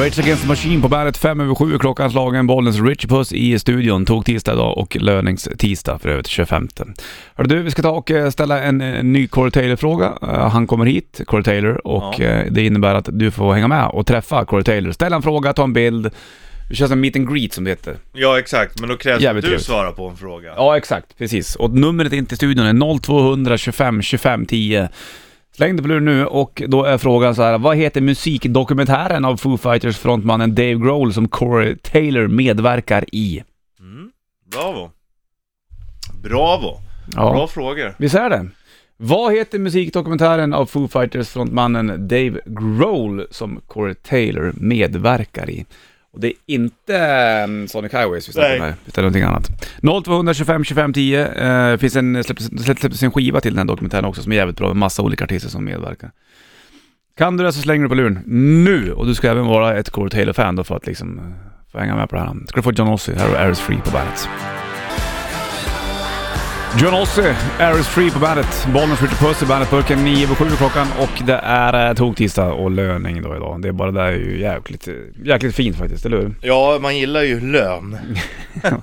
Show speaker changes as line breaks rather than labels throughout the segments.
Rage Against the Machine på bandet fem över sju klockan slagen. Bollens Rich Puss i studion. Tog tisdag idag och lönings tisdag för övrigt 25. Hörru du, vi ska ta och eh, ställa en eh, ny Corey Taylor-fråga. Eh, Han kommer hit, Corey Taylor, och
Ja.
eh, det innebär att du får hänga med och träffa Corey Taylor. Ställa en fråga, ta en bild. Vi kör som meet and greet som det heter.
Ja exakt, men då krävs att
Jävligt
du
trevligt.
svarar på en fråga.
Ja, exakt. Precis. Och numret in till studion är 0200 25 25 10. Släng det på luren nu och då är frågan så här. vad heter musikdokumentären av Foo Fighters frontmannen Dave Grohl som Corey Taylor medverkar i?
Mm. Bravo. Bravo. Bra
Ja,
frågor.
visst är det? Vad heter musikdokumentären av Foo Fighters frontmannen Dave Grohl som Corey Taylor medverkar i? Och det är inte mm, Sonic Highways vi snackar om
Nej.
här, utan någonting annat. 0200 25 25 10. Eh, finns en, släpptes, släpp- släpptes en skiva till den här dokumentären också som är jävligt bra med massa olika artister som medverkar. Kan du det så slänger du på luren nu! Och du ska även vara ett Corey Taylor-fan då för att liksom eh, få hänga med på det här. Ska du få John Ossie, här och Air is Free på bandet. John Ossie, Air is Free på bandet. Bollen skjuter puss i bandetburken 9 på 7 klockan och det är eh, toktisdag och löning då idag. Det är bara det där är ju jäkligt, eh, jäkligt fint faktiskt, eller hur?
Ja, man gillar ju lön.
Pengar.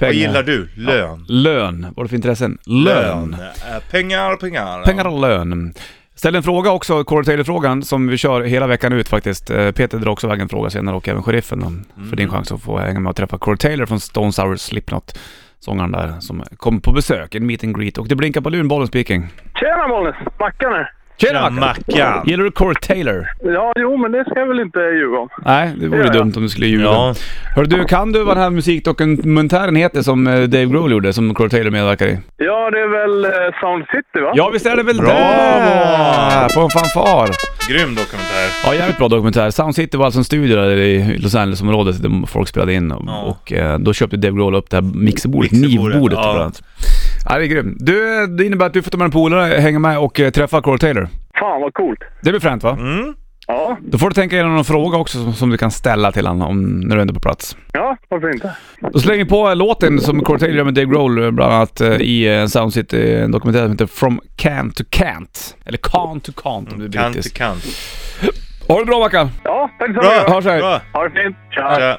Vad gillar du? Lön.
Lön. Vad är det för intressen? Lön.
Eh, Pengar, pengar.
Pengar och lön. Ställ en fråga också, Corey Taylor-frågan, som vi kör hela veckan ut faktiskt. Eh, Peter drar också iväg en fråga senare och även sheriffen då, för
Mm.
din chans att få hänga med och träffa Corey Taylor från Stone Sour Slipknot. Sångaren där som kom på besök, en meet and greet och det blinkar på luren, bollen speaking.
Tjena Bollnäs! Mackan här.
Tjena, Mackan.
Gillar du Corey Taylor?
Ja, jo, men det ska jag väl inte ljuga om.
Nej, det vore
Ja, ja.
dumt om du skulle ljuga.
Ja.
Hörru du, kan du vad den här musikdokumentären heter som eh, Dave Grohl gjorde, som Corey Taylor medverkar i?
Ja, det är väl eh, Sound City, va?
Ja, visst är det väl
Bravo!
där? På en fanfar!
Grym dokumentär.
Ja, jävligt bra dokumentär. Sound City var alltså en studio där i Los Angeles-området där folk spelade in och,
Ja.
och eh, då köpte Dave Grohl upp det här mixerbordet,
Mixerbordet,
knivbordet
ja.
bland annat. Ja, det är grymt. Du, det innebär att du får ta med en polare, hänga med och eh, träffa Corey Taylor.
Fan vad coolt.
Det blir fränt va?
Mm.
Ja,
Då får du tänka igenom någon fråga också som, som du kan ställa till honom om, när du är ändå är på plats.
ja varför inte?
Då slänger vi på eh, låten som Corey Taylor gör med Dave Grohl eh, bland annat eh, i eh, Sound City, en dokumentär som heter From Can to Can't. Eller Can to Can't om du är
Kant till
brittisk.
kant.
Ha det bra Mackan!
Ja, tack så
Bra!
mycket.
Hörs här.
Bra.
Ha det fint. Tja.
Tja.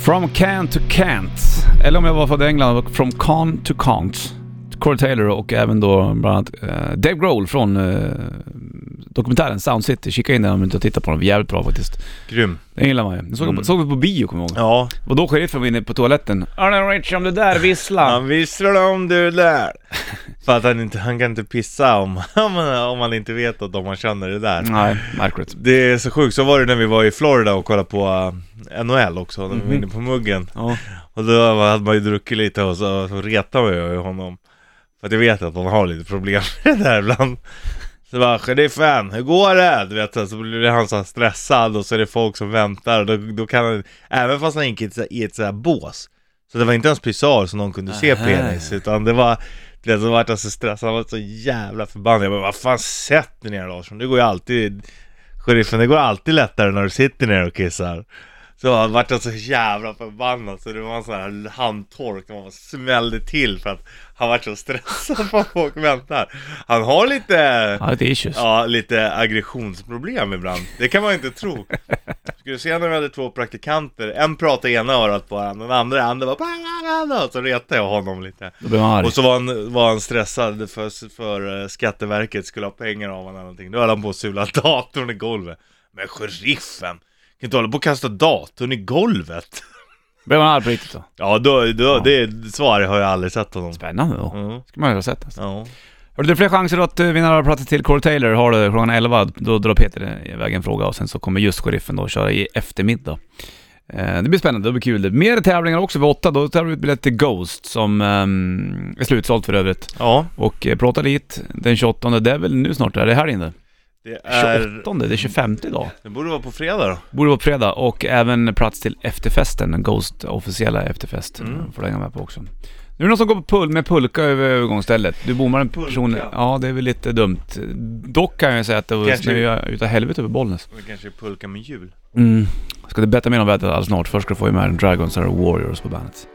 From can to can't. Eller om jag var från England, from can to can't. Corey Taylor och även då bland annat eh, Dave Grohl från eh, dokumentären Sound City. Kika in den om du inte har tittat på den, jävligt bra faktiskt.
Grym.
Den gillar man ju. Den såg, mm. såg vi på bio kommer jag ihåg.
Ja.
Och då sheriffen var inne på toaletten. Arne Rich om det där vissla.
Han visslar om du där. För att han, inte, han kan inte pissa om, om, han- om han inte vet att de man känner det där.
Nej, märkligt.
Det är så sjukt, så var det när vi var i Florida och kollade på eh, NHL också, när vi var inne på muggen.
Ja.
Och då hade man ju druckit lite och så, så retade jag ju honom. För att jag vet att han har lite problem med det där ibland. Så bara “Sheriffen, hur går det?” Du vet, så blir han så här stressad och så är det folk som väntar och då, då kan han, även fast han gick i ett, så- i ett så här bås, så det var inte ens pissoar så någon kunde se
Aha.
penis, utan det var du vet, så vart han så stressad, han var så jävla förbannad. Jag bara “Vad fan, sätt dig ner Larsson, det går ju alltid, sheriffen, det går alltid lättare när du sitter ner och kissar”. Så han vart jag så jävla förbannad så det var en sån här handtork när man bara smällde till för att han vart så stressad på att folk väntar. Han har lite,
Ja, det är issues.
ja lite aggressionsproblem ibland. Det kan man ju inte tro. Skulle se när vi hade två praktikanter, en pratade ena örat på varandra, den andra andra bara "Ba-ba-ba-ba", så retade jag honom lite.
Då blir man arg.
Och så var han, var han stressad för, för eh, Skatteverket skulle ha pengar av honom eller någonting. Då höll han på att sula datorn i golvet. Men sheriffen! Kan inte hålla på att kasta datorn i golvet!
Blir man arg på riktigt då.
Ja, då, då, det svaret har jag aldrig sett honom.
Spännande då.
Mm.
Ska man ju ha sett alltså.
Ja.
Har du fler chanser att eh, vinna några platser till Corey Taylor har du klockan 11. Då drar Peter iväg en fråga och sen så kommer just sheriffen då köra i eftermiddag. Eh, Det blir spännande, det blir kul. Mer tävlingar också vid åtta. Då tävlar vi ut biljetter till Ghost som ehm, är slutsålt för övrigt.
ja,
Och eh, plåta dit den 28. Det är väl nu snart? Är det helgen det?
det är...
28? Det är 25 idag.
Det borde vara på fredag då.
Borde vara på fredag. Och även plats till efterfesten. Ghost officiella efterfest. eh,
Mm.
Får du hänga med på också. Nu är det någon som går på pul med pulka över övergångsstället. Du bommar en person.
Pulka?
Ja, det är väl lite dumt. Dock kan jag säga att det var
Kanske-
snö utav helvete över Bollnäs.
Det kanske är pulka med jul.
Mm. Ska du berätta mer om vädret alldeles snart. Först ska du få ju med Dragons och Warriors på bandet.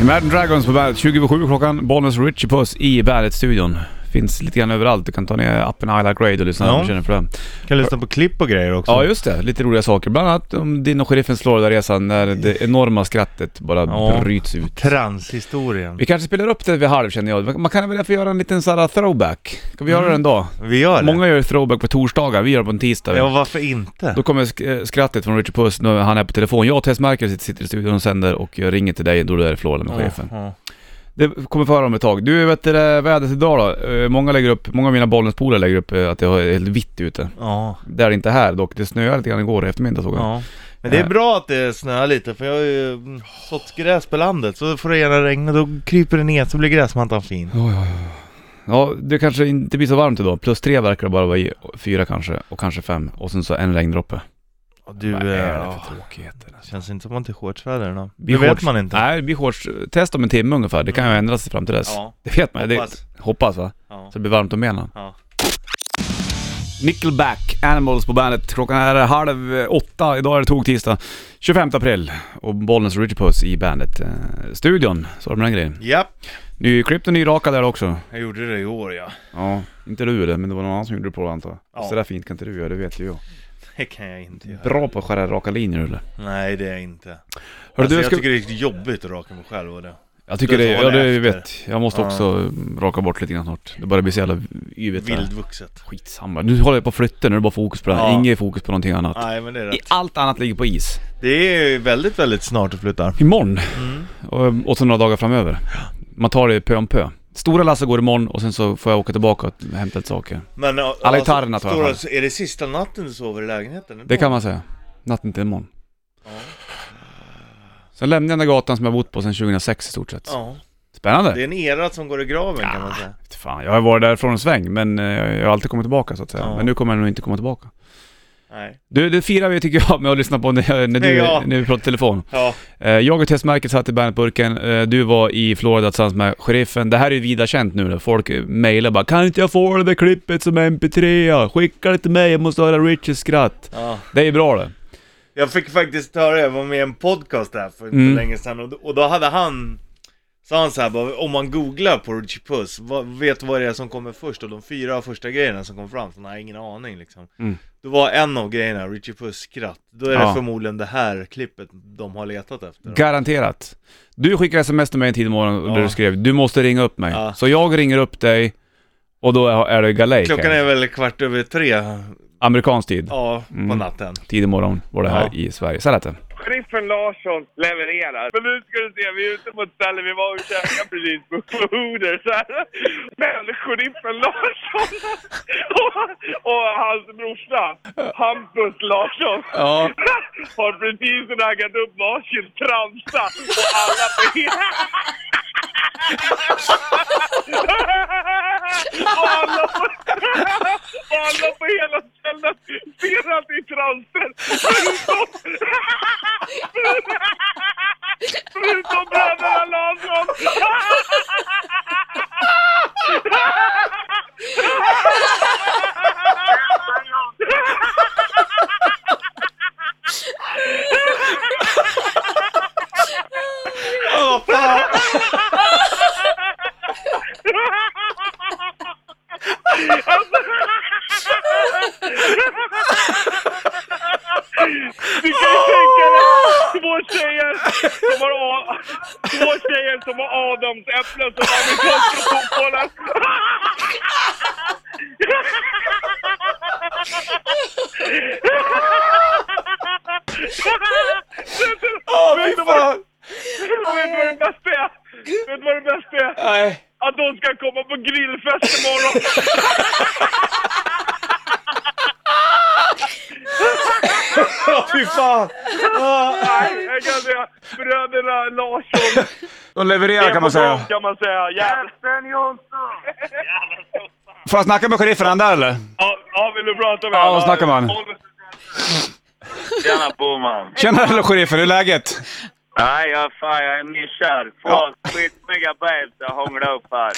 Imagine Dragons på bandet, 27 klockan. Bollnäs och Richie Puss i Bandet-studion. Finns lite grann överallt. Du kan ta ner appen Highlight Grade och lyssna
Ja.
om du känner för det.
Kan lyssna på klipp och grejer också.
Ja, just det. Lite roliga saker. Bland annat om din och sheriffen Florida-resan när det enorma skrattet bara
Ja.
bryts ut.
Transhistorien.
Vi kanske spelar upp det vid halv känner jag. Man kan väl därför göra en liten sån här throwback? Kan vi göra det en dag?
Vi gör det.
Många gör throwback på torsdagar, vi gör det på en tisdag.
Ja, varför inte?
Då kommer sk- eh, skrattet från Richard Puss när han är på telefon. Jag och Tess Merkel sitter- sitter i studion och sänder och jag ringer till dig då du är i Florida med chefen.
Ja, ja.
Det kommer få höra om ett tag. Du, vet du det vädret idag då? Eh, Många lägger upp, många av mina Bollnäspolare lägger upp eh, att det är helt vitt ute.
Ja,
Det är det inte här dock. Det snöade lite grann igår i eftermiddag såg jag.
ja. Men
Eh.
det är bra att det snöar lite för jag har ju mm, sått gräs på landet så får det gärna regna då kryper det ner så blir gräsmattan fin.
Ja, det kanske inte blir så varmt idag. Plus tre verkar det bara vara i, och fyra kanske, och kanske fem. Och sen så en regndroppe.
Och Du,
Vad är
eh,
det för tråkigheter?
det
Alltså.
känns inte som att det är shortsväder idag.
Vi
Det vet
shorts-
man inte.
Nej, det blir shortstest om en timme ungefär. Det kan ju ändras fram till dess.
Ja.
Det vet man. Hoppas.
Hoppas.
Det, hoppas va?
Ja.
Så det blir varmt om benen.
Ja.
Nickelback, Animals på bandet. Klockan är halv åtta. Idag är det tog-tisdag. 25 april. Och Bollnäs och Richie Puss i bandet-studion. Så har de den grejen.
Japp,
Nyklippt och nyrakad där också.
jag gjorde det i år ja.
Ja, inte du det, men det var någon annan som gjorde det på det antar jag.
Ja.
Så där fint kan inte du göra, det vet ju jag.
Det kan jag inte göra.
Bra på att skära raka linjer eller?
Nej det är jag inte.
Hörru,
alltså,
du, jag,
jag
ska...
tycker det är riktigt jobbigt att raka mig själv och det.
jag tycker
du
det,
tar
ja
det
det
efter.
vet. Jag måste
Ja.
också mm, raka bort lite grann snart. Det börjar bli så jävla yvigt här.
Vildvuxet.
Skitsamma, nu håller jag på att flytta, nu är det bara fokus på det här.
Ja.
Inget fokus på någonting annat.
Nej men det är
I
rätt.
allt annat ligger på is.
Det är ju väldigt, väldigt snart att flytta.
Imorgon
Mm.
och, och så några dagar framöver. Man tar det pö om pö. Stora Lasse går imorgon och sen så får jag åka tillbaka och hämta lite saker.
Men ja, alltså,
Alla gitarrerna tar jag
stora-
fram.
så Är det sista natten du sover i lägenheten?
Det kan man säga. Natten till imorgon.
Ja.
Sen lämnade jag den där gatan som jag bott på sedan 2006 i stort sett.
ja.
Spännande!
Det är en era som går i graven kan man säga.
Vet Fan, jag har varit därifrån en sväng men eh, jag har alltid kommit tillbaka så att säga.
Ja.
Men nu kommer jag nog inte komma tillbaka.
Nej.
Du, det firar vi tycker jag med att lyssna på när, jag- när, du,
Ja.
när vi pratar telefon.
Ja.
Eh, Jag och Tess Merkel satt i bandetburken, Eh, du var i Florida tillsammans med sheriffen. Det här är ju vida känt nu när folk eh, mailar bara ”Kan inte jag få det där klippet som mp3? Skicka det till mig, jag måste höra Richies skratt”.
ja.
Det är ju bra det.
Jag fick faktiskt höra, jag var med i en podcast där för inte
Mm.
länge sedan och, då- och då hade han Sa han så här, bara, om man googlar på Richie Puss, vad, vet du vad det är som kommer först? Och de fyra första grejerna som kom fram, så nej, ingen aning liksom
Mm.
Då var en av grejerna Richie Puss skratt, då är
Ja.
det förmodligen det här klippet de har letat efter
Garanterat. Du skickade sms till mig en tid i morgon där
Ja.
du skrev ”Du måste ringa upp mig”.
Ja.
Så jag ringer upp dig och då är det galej.
Klockan
kanske.
är väl kvart över tre,
Amerikansk tid.
ja, på
Mm.
natten
tidig morgon var det här
Ja.
i Sverige. Så här lät det.
Sheriffen Larsson levererar. Men nu ska du se, vi är ute på ett ställe, vi var och käkade precis på Hooters. här. Men sheriffen Larsson och, och hans brorsa, Hampus Larsson,
Ja.
har precis raggat upp varsin transa och alla på hela... och alla på, och alla på hela stället stirrar till transen. Förutom... Förutom bröderna Larsson!
Åh fan!
Du kan ju tänka dig två tjejer som har, A- två tjejer som har adamsäpplen som amerikanska fotbollen.
Åh fy fan!
Vet du vad det bästa är? Vet du vad det bästa är?
Nej!
Att de ska komma på grillfest imorgon.
Åh fy fan!
Nej, jag kan säga bröderna Larsson.
De levererar
är på gång, kan man säga. Jävlar Jonsson! Jävlar Jonsson!
Får jag snacka med sheriffen han där eller?
Ja, ja, vill du prata med
Ja,
honom?
vad snackar man?
Tjena Boman!
Tjena hallå sheriffen, hur är läget?
Nej, jag, fan, jag är nykär. Två skitsnygga babes jag hånglade upp här.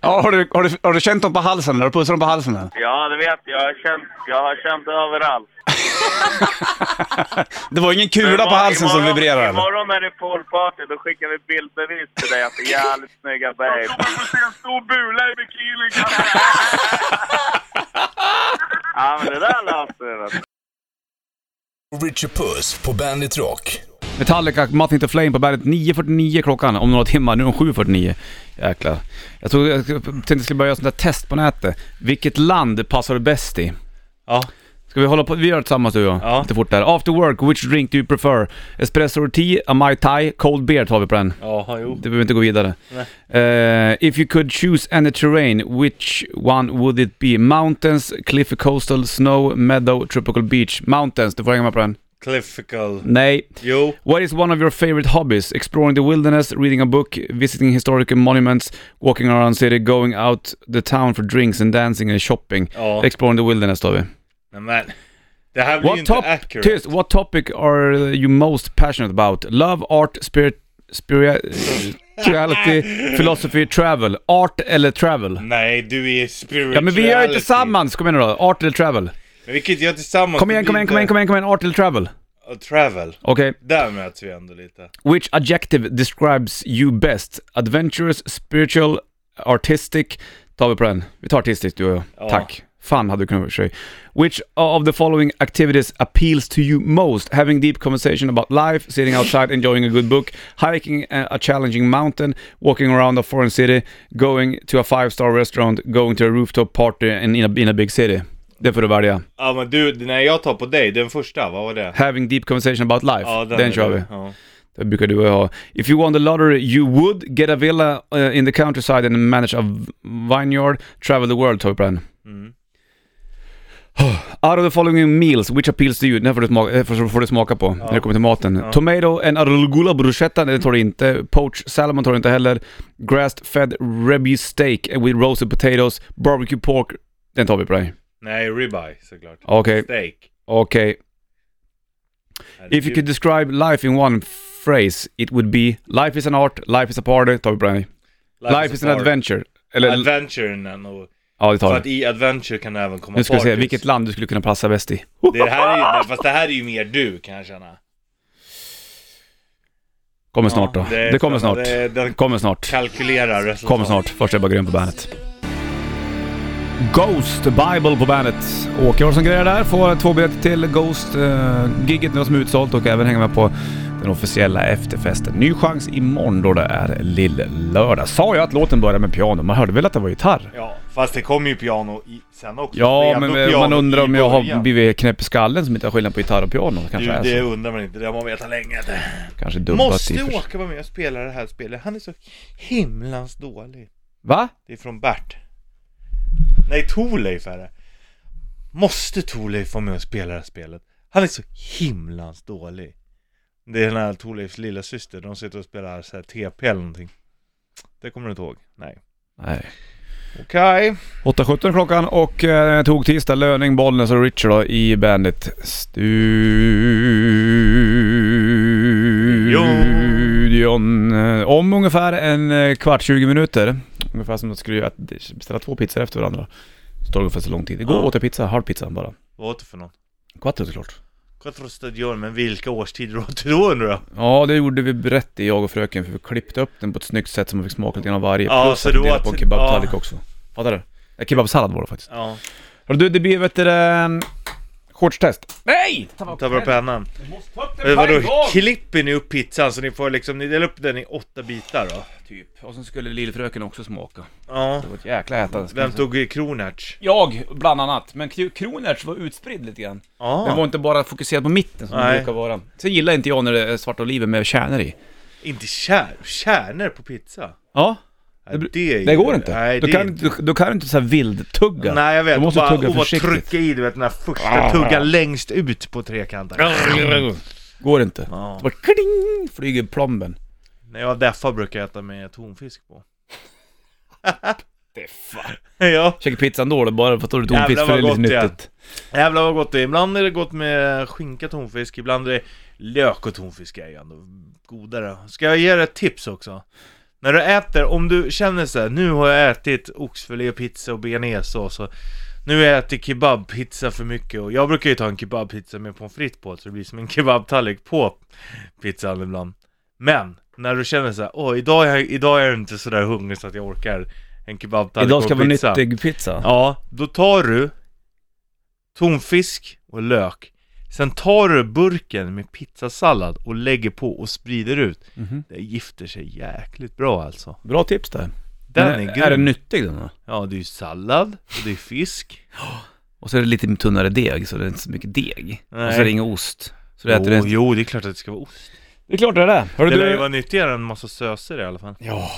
Ja, har, du, har, du, har du känt dem på halsen eller? Har du pussat dem på halsen eller?
Ja, det vet jag. Jag har känt, jag har känt överallt.
Det var ingen kula på
Imorgon-
halsen som
imorgon-
vibrerar eller?
Imorgon är det full party, då skickar vi bildbevis till dig att det är jävligt snygga
Jag
babes.
kommer få se en stor bula i bikini.
Ja men det där löser vi vet du.
Richard Puss på Bandit Rock.
Metallica, Moth Into Flame på bandet 9.49 klockan om några timmar. Nu är de 7.49. Jäklar. Jag, tog, jag tänkte jag skulle börja göra sånt där test på nätet. Vilket land passar du bäst i?
Ja.
Ska vi hålla på? Vi gör det tillsammans du och jag.
Ja.
Lite fort där. After work, which drink do you prefer? Espresso or tea, a Mai Tai, cold beer tar vi på den.
Ja, jo.
Det behöver inte gå vidare. Eh, if you could choose any terrain, which one would it be? Mountains, cliffy coastal, snow, meadow, tropical beach. Mountains, du får hänga med på den.
Cliffical.
Nej.
Jo.
What is one of your favorite hobbies? Exploring the wilderness, reading a book, visiting historical monuments, walking around city, going out the town for drinks and dancing and shopping.
Ja.
Exploring the wilderness tar vi.
Nej, men. Det här blir ju
What,
inte
top
accurate.
tyst, what topic are you most passionate about? Love, art, spirit, spirituality, philosophy, travel. Art eller travel?
Nej, du är spirituality.
Ja men vi gör det tillsammans, kom igen nu då. Art eller travel?
Men vi kan inte göra tillsammans.
Kom
Det
igen,
blir
kom igen, kom igen,
inte-
kom igen, kom igen. Art eller travel?
Och travel.
Okej.
Där möts vi ändå lite.
Which adjective describes you best? Adventurous, spiritual, artistic? Tar vi på den. Vi tar artistic du och jag.
Ja.
Tack. Fan hade du kunnat säga. Which of the following activities appeals to you most? Having deep conversation about life, sitting outside enjoying a good book, hiking a a challenging mountain, walking around a foreign city, going to a five star restaurant, going to a rooftop party and in a, in a big city. Det får du välja.
Ja men du, när jag tar på dig, den första, vad var det?
Having deep conversation about life.
Ja,
den
är
kör
du.
vi.
Ja.
Det brukar du och jag ha. If you won the lottery you would get a villa uh, in the countryside and manage a v- vineyard, travel the world, tar vi på den. Out of the following meals, which appeals to you? Den här får du smaka, eh, får, får du smaka på när det kommer till maten. Tomato and arugula bruschetta, det tar du inte. Poached salmon tar du inte heller. Grassed fed rebby steak with roasted potatoes. Barbecue pork, den tar vi på dig.
Nej, ribeye såklart.
Okej,
Steak.
okej. If you
Herregud.
could describe life in one phrase, it would be Life is an art, life is a party, tar vi på den. Life is an
a party.
adventure. Eller,
Adventure är nog...
ja det
För
tar
att
vi.
i adventure kan det även komma
Nu ska vi se,
parties.
vilket land du skulle kunna passa bäst i.
Det här är ju, nej, fast det här är ju mer du kan jag känna.
Kommer snart då.
det är
Det kommer snart.
spännande. Det är- den-
Kommer snart.
Kalkylera resultat.
Kommer snart. Först är jag bara grym på bandet. Ghost Bible på bandet. Åke Olsson grejer där. Får två biljetter till eh, Ghost-giget nu som är utsålt och även hänga med på den officiella efterfesten. Ny chans imorgon då det är lill-lördag. Sa jag att låten började med piano? Man hörde väl att det var gitarr?
Ja, fast det kommer ju piano i, sen också. Det
Ja,
är ändå
men eh,
piano
man undrar om
i
jag har
början.
blivit knäpp i skallen som inte har skillnad på gitarr och piano.
Du,
Kanske alltså. är
det
så.
undrar man inte, det har man vetat länge.
Kanske dumpat i
Måste
och för sig.
Åke vara med och spela det här spelet? Han är så himlans dålig.
Va?
Det är från Bert. Nej, Thorleif är det. Måste Thorleif vara med och spela det här spelet? Han är så himlans dålig. Det är den här Thorleifs lilla syster. de sitter och spelar så här TP eller någonting. Det kommer du inte ihåg? Nej.
Nej.
Okej.
8.17 klockan och eh, tog tisdag Löning, Bollnäs och Richard då, i Bandit studion. Eh, Om ungefär en eh, kvart, 20 minuter. Ungefär som att skulle göra- beställa två pizzor efter varandra. Så tar det ungefär så lång tid. Det går
Ja.
åt en pizza, halv pizza bara.
Vad åt du för något?
Quattro såklart.
Quattro stagion, men vilka årstider åt du då undrar jag?
Ja, det gjorde vi rätt i, jag och fröken, för vi klippte upp den på ett snyggt sätt så man fick smaka lite grann av varje.
Ja,
Plus
så
att vi
du
delade
åt-
på en kebabtallrik
ja.
också. Fattar du? Ja, kebabsallad var det faktiskt.
Ja.
Hörru du, det blir vet du det, shortstest. Nej!
Ta bara pennan. Eh, Vadå, klipper ni upp pizzan så ni får liksom, ni delar upp den i åtta bitar då?
Typ. Och sen skulle lillfröken också smaka.
Ja.
Det var ett jäkla äta.
Vem tog kronärts?
Jag, bland annat. Men Kro- Kronärts var utspridd lite grann. Den var
Ja.
inte bara fokuserad på mitten som den
Nej.
brukar vara. Sen gillar inte jag när det är svarta oliver med kärnor i.
Inte kär, kärnor på pizza?
Ja.
Nej, Det, är
Det
ju-
går inte.
Nej,
då,
det
kan,
är
du- då kan du inte såhär vildtugga.
Nej jag vet,
Du måste
och bara,
tugga
och bara
försiktigt. Ah.
trycka i du vet den här första tuggan längst ut på trekanten.
Går inte.
Ja.
Så bara kling, flyger plomben.
När jag deffar brukar jag äta med tonfisk på. Deffar? Ja,
Käkar pizzan då eller bara för att du tog en
Jävlar,
pizza för det är lite
vad gott det är.
nyttigt.
jävlar vad gott det är. Ibland är det gott med skinka tonfisk, ibland är det lök och tonfisk är ju ändå godare. Ska jag ge dig ett tips också? När du äter, om du känner så här, nu har jag ätit oxfilé och pizza och bearnaisesås så Nu är jag till kebabpizza för mycket och jag brukar ju ta en kebabpizza med pommes frites på så det blir som en kebabtallrik på pizzan ibland. Men när du känner så här, åh idag är, jag, idag är jag inte sådär hungrig så att jag orkar en kebabtallrik
Idag ska
och
vara
pizza.
nyttig pizza.
Ja, då tar du tonfisk och lök. Sen tar du burken med pizzasallad och lägger på och sprider ut.
Mhm.
Det gifter sig jäkligt bra alltså.
Bra tips där.
Den
Men
är
är den
grym.
nyttig den då?
Ja, det är ju sallad och det är fisk.
Och så är det lite tunnare deg, så det är inte så mycket deg. Och
Nej.
så är det ingen ost. Så du
Jo,
äter det...
jo, det är klart att det ska vara ost.
Det är klart det är det. Hörru,
Det lär ju vara
du...
nyttigare än massa söser i alla fall.
Ja,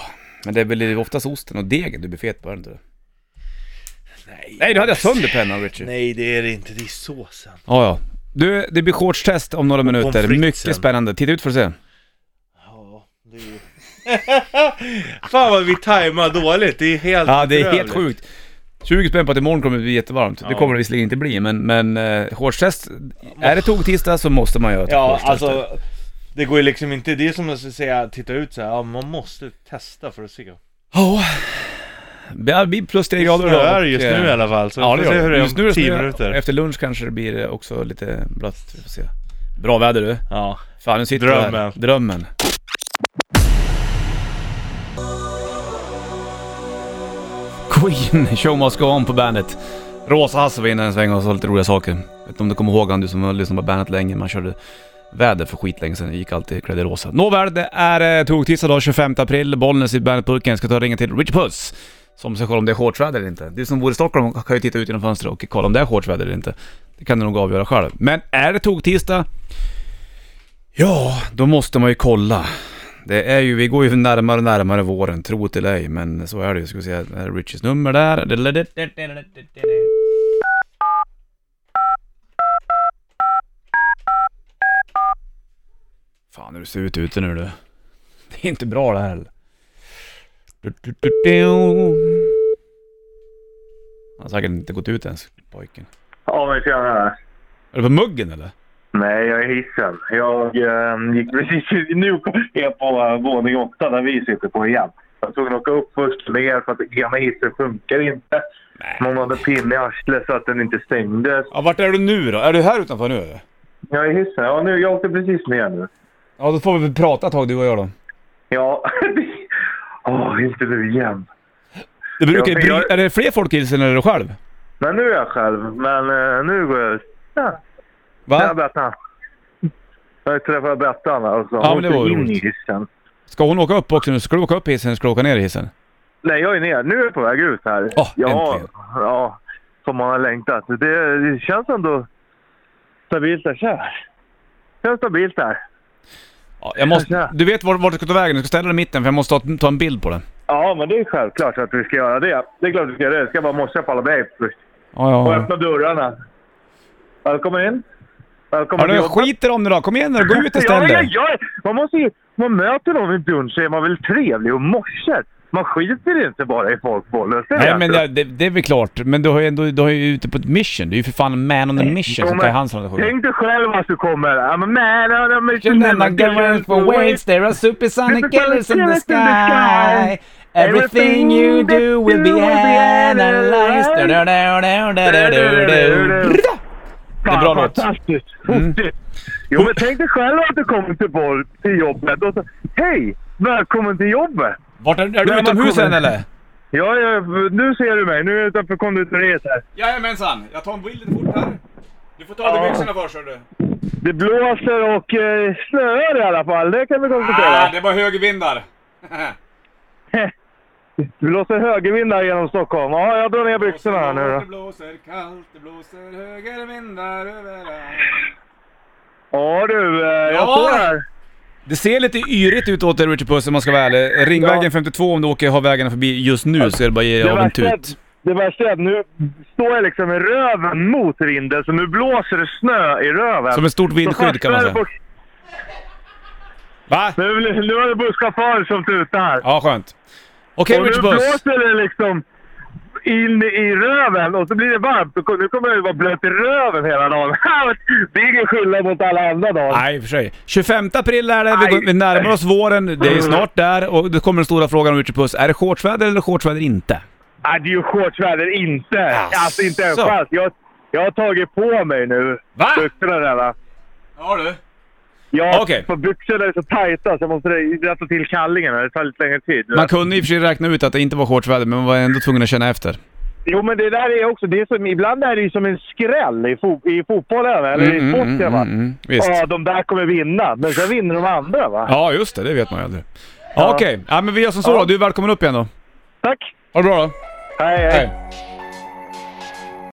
men det är väl oftast osten och degen du blir fet på, är det inte det?
Nej,
Nej, då hade jag sönder pennan Richard.
Nej, det är det inte. Det är såsen.
Ja, ja. Du, det blir shortstest om några minuter.
fritsen.
Mycket spännande. Titta ut för att se.
Ja, det är ju... Fan vad vi tajmar dåligt. Det är helt
Ja, det är helt
bedrövligt.
sjukt. 20 spänn på att imorgon kommer det bli jättevarmt. Det
Ja.
kommer det visserligen inte bli, men, men eh, shortstest... Är det tog-tisdag så måste man göra ett
Ja,
shortstest.
alltså det går ju liksom inte, det är som att säga titta ut så här. ja man måste testa för att se.
Ja. Det blir plus tre grader idag
Snöar
och,
just
eh,
nu i alla fall, så
Ja,
vi
det
Alltså, får se
gör
hur
det. Just
det är
nu är
om
det
10
snö.
minuter.
Efter lunch kanske det blir också lite blött. Vi får se. Bra väder du.
Ja.
Fan, nu sitter vi här.
Drömmen.
Drömmen. Queen, show must go on på bandet. Rosa-Hasse var inne en sväng och sa lite roliga saker. Vet inte om du kommer ihåg han, du som har lyssnat på bandet länge. Man körde väder för skitlänge sedan. Det gick alltid klädd i rosa. Nåväl, det är eh, tog-tisdag då, 25 april. Bollnäs i bandetburken. Ska ta och ringa till Rich Puss. Som ska kolla om det är shortsväder eller inte. Du som bor i Stockholm kan ju titta ut genom fönstret och kolla om det är shortsväder eller inte. Det kan du nog avgöra själv. Men är det tog-tisdag? Ja, då måste man ju kolla. Det är ju, vi går ju närmare och närmare våren, tro det eller ej, men så är det ju. Ska vi se, här är Richies nummer där. Fan hur det ser ut ute nu du. Det är inte bra det här heller. Han har säkert inte gått ut ens, pojken.
Ja, men tjena.
Är du på muggen eller?
Nej, jag är hissen. Jag eh, gick precis... Nu kom jag på eh, våning åtta där vi sitter på igen. Jag var tvungen att åka upp först och ner för att ena hissen funkar inte. Någon hade pinne i arslet så att den inte stängdes.
Ja, vart är du nu då? Är du här utanför nu eller?
Jag är hissen. Ja, nu, jag åkte precis ner nu.
Ja, då får vi väl prata ett tag du och jag då.
Ja... Åh, inte nu igen.
Det brukar ju
Ja, för jag-
bry- Är det fler folk i hissen eller är du själv?
Men nu är jag själv. Men eh, nu går jag... Ja, jag är
Va?
Bettan. Jag träffade Bettan alltså.
men
Hon
det var
tog
ju
in i
roligt.
hissen.
Ska hon åka upp också nu? Ska du åka upp hissen eller ska du åka ner i hissen?
Nej, jag är ner. Nu är jag på väg ut här.
Åh,
ja,
äntligen.
ja, som man har längtat. Det, det känns ändå stabilt där. Tja. Känns stabilt där.
Ja, jag måste... Du vet vart, vart du ska ta vägen? Du ska ställa dig i mitten för jag måste ta, ta en bild på den.
Ja, men det är självklart att vi ska göra det. Det är klart vi ska göra det. Jag ska bara morsa på alla babes först.
Ja, ja,
Och
ja.
öppna dörrarna. Välkommen in. Välkommen
Hörru,
till jobbet.
skiter om nu då. Kom igen nu Gå ut
Ja,
istället.
ja, ja. Man måste ju... Man möter någon vid dörren så är man väl trevlig och morsar. Man skiter inte bara i folkbollen. Så är
Nej
det
men
inte.
det, det, det är väl klart. Men du har ju ändå, du har ju ute på ett mission. Du är ju för fan man on a mission som tar i hand om det
Tänk dig själv att du kommer. I'm a man on a mission.
there are supersonic
killers in the sky. Everything you do will be analyzed.
Det är bra låt. Mm.
Fantastiskt. Fuktigt. Jo, men tänk dig själv att du kommer till, boll, till jobbet och så Hej! Välkommen till jobbet!
Vart är, är du
man
utomhus
kommer-
än eller?
Ja, ja, nu ser du mig. Nu är jag utanför konditoriet här.
Jajamensan, jag tar en bild lite fort här. Du får ta av dig byxorna först hörru.
Det blåser och eh, snöar i alla fall. Det kan vi konstatera.
det var högervindar.
Det blåser högervindar genom Stockholm. Ja, jag drar ner byxorna här nu då.
blåser kallt, det blåser högervindar överallt.
Ja du, eh, jag
Ja.
står här.
Det ser lite yrigt ut åt dig Richard Puss om man ska vara ärlig. Ringvägen
Ja.
52 om du åker har vägarna förbi just nu så är det bara att ge dig
Det
av en
värsta, är-
tut.
det värsta är att nu står jag liksom med röven mot vinden, så nu blåser det snö i röven.
Som ett stort vindskydd kan man
Så först är
säga.
det bus-
Va?
Nu, blir- nu är det busschaufför som tutar.
Ja, skönt. Okej
och nu
Richard Puss.
blåser det liksom in i röven och så blir det varmt. Nu kom- Nu kommer jag ju vara blöt i röven hela dagen. det är ingen skillnad mot alla andra dagar.
Nej, i och för sig. 25 april är det, vi,
Aj.
går, vi närmar
Mm.
oss våren, det är snart där och då kommer den stora frågan om Richard Puss. Är det shortsväder eller shortsväder inte?
Nej, det är ju shortsväder inte.
Asså.
Alltså inte en chans. Jag, jag har tagit på mig nu
Va?
byxorna där. va.
Har du?
Jag,
Okej.
För byxorna är så tajta så jag måste rätta till kallingen. Det tar lite längre tid.
Man kunde i och för sig räkna ut att det inte var shortsväder, men man var ändå tvungen att känna efter.
Jo, men det där är också... Det är som, ibland är det ju som en skräll i, fo- i fotbollen, eller i
Mm, mm,
sporten.
mm,
va?
mm, mm. Visst.
Ja, de där kommer vinna. Men sen vinner de andra, va?
Ja, just det. Det vet man ju aldrig. Ja. Okej, ja, men vi gör som så
Ja.
då. Du är välkommen upp igen då.
Tack!
Ha det bra då.
Hej, hej.
Hej.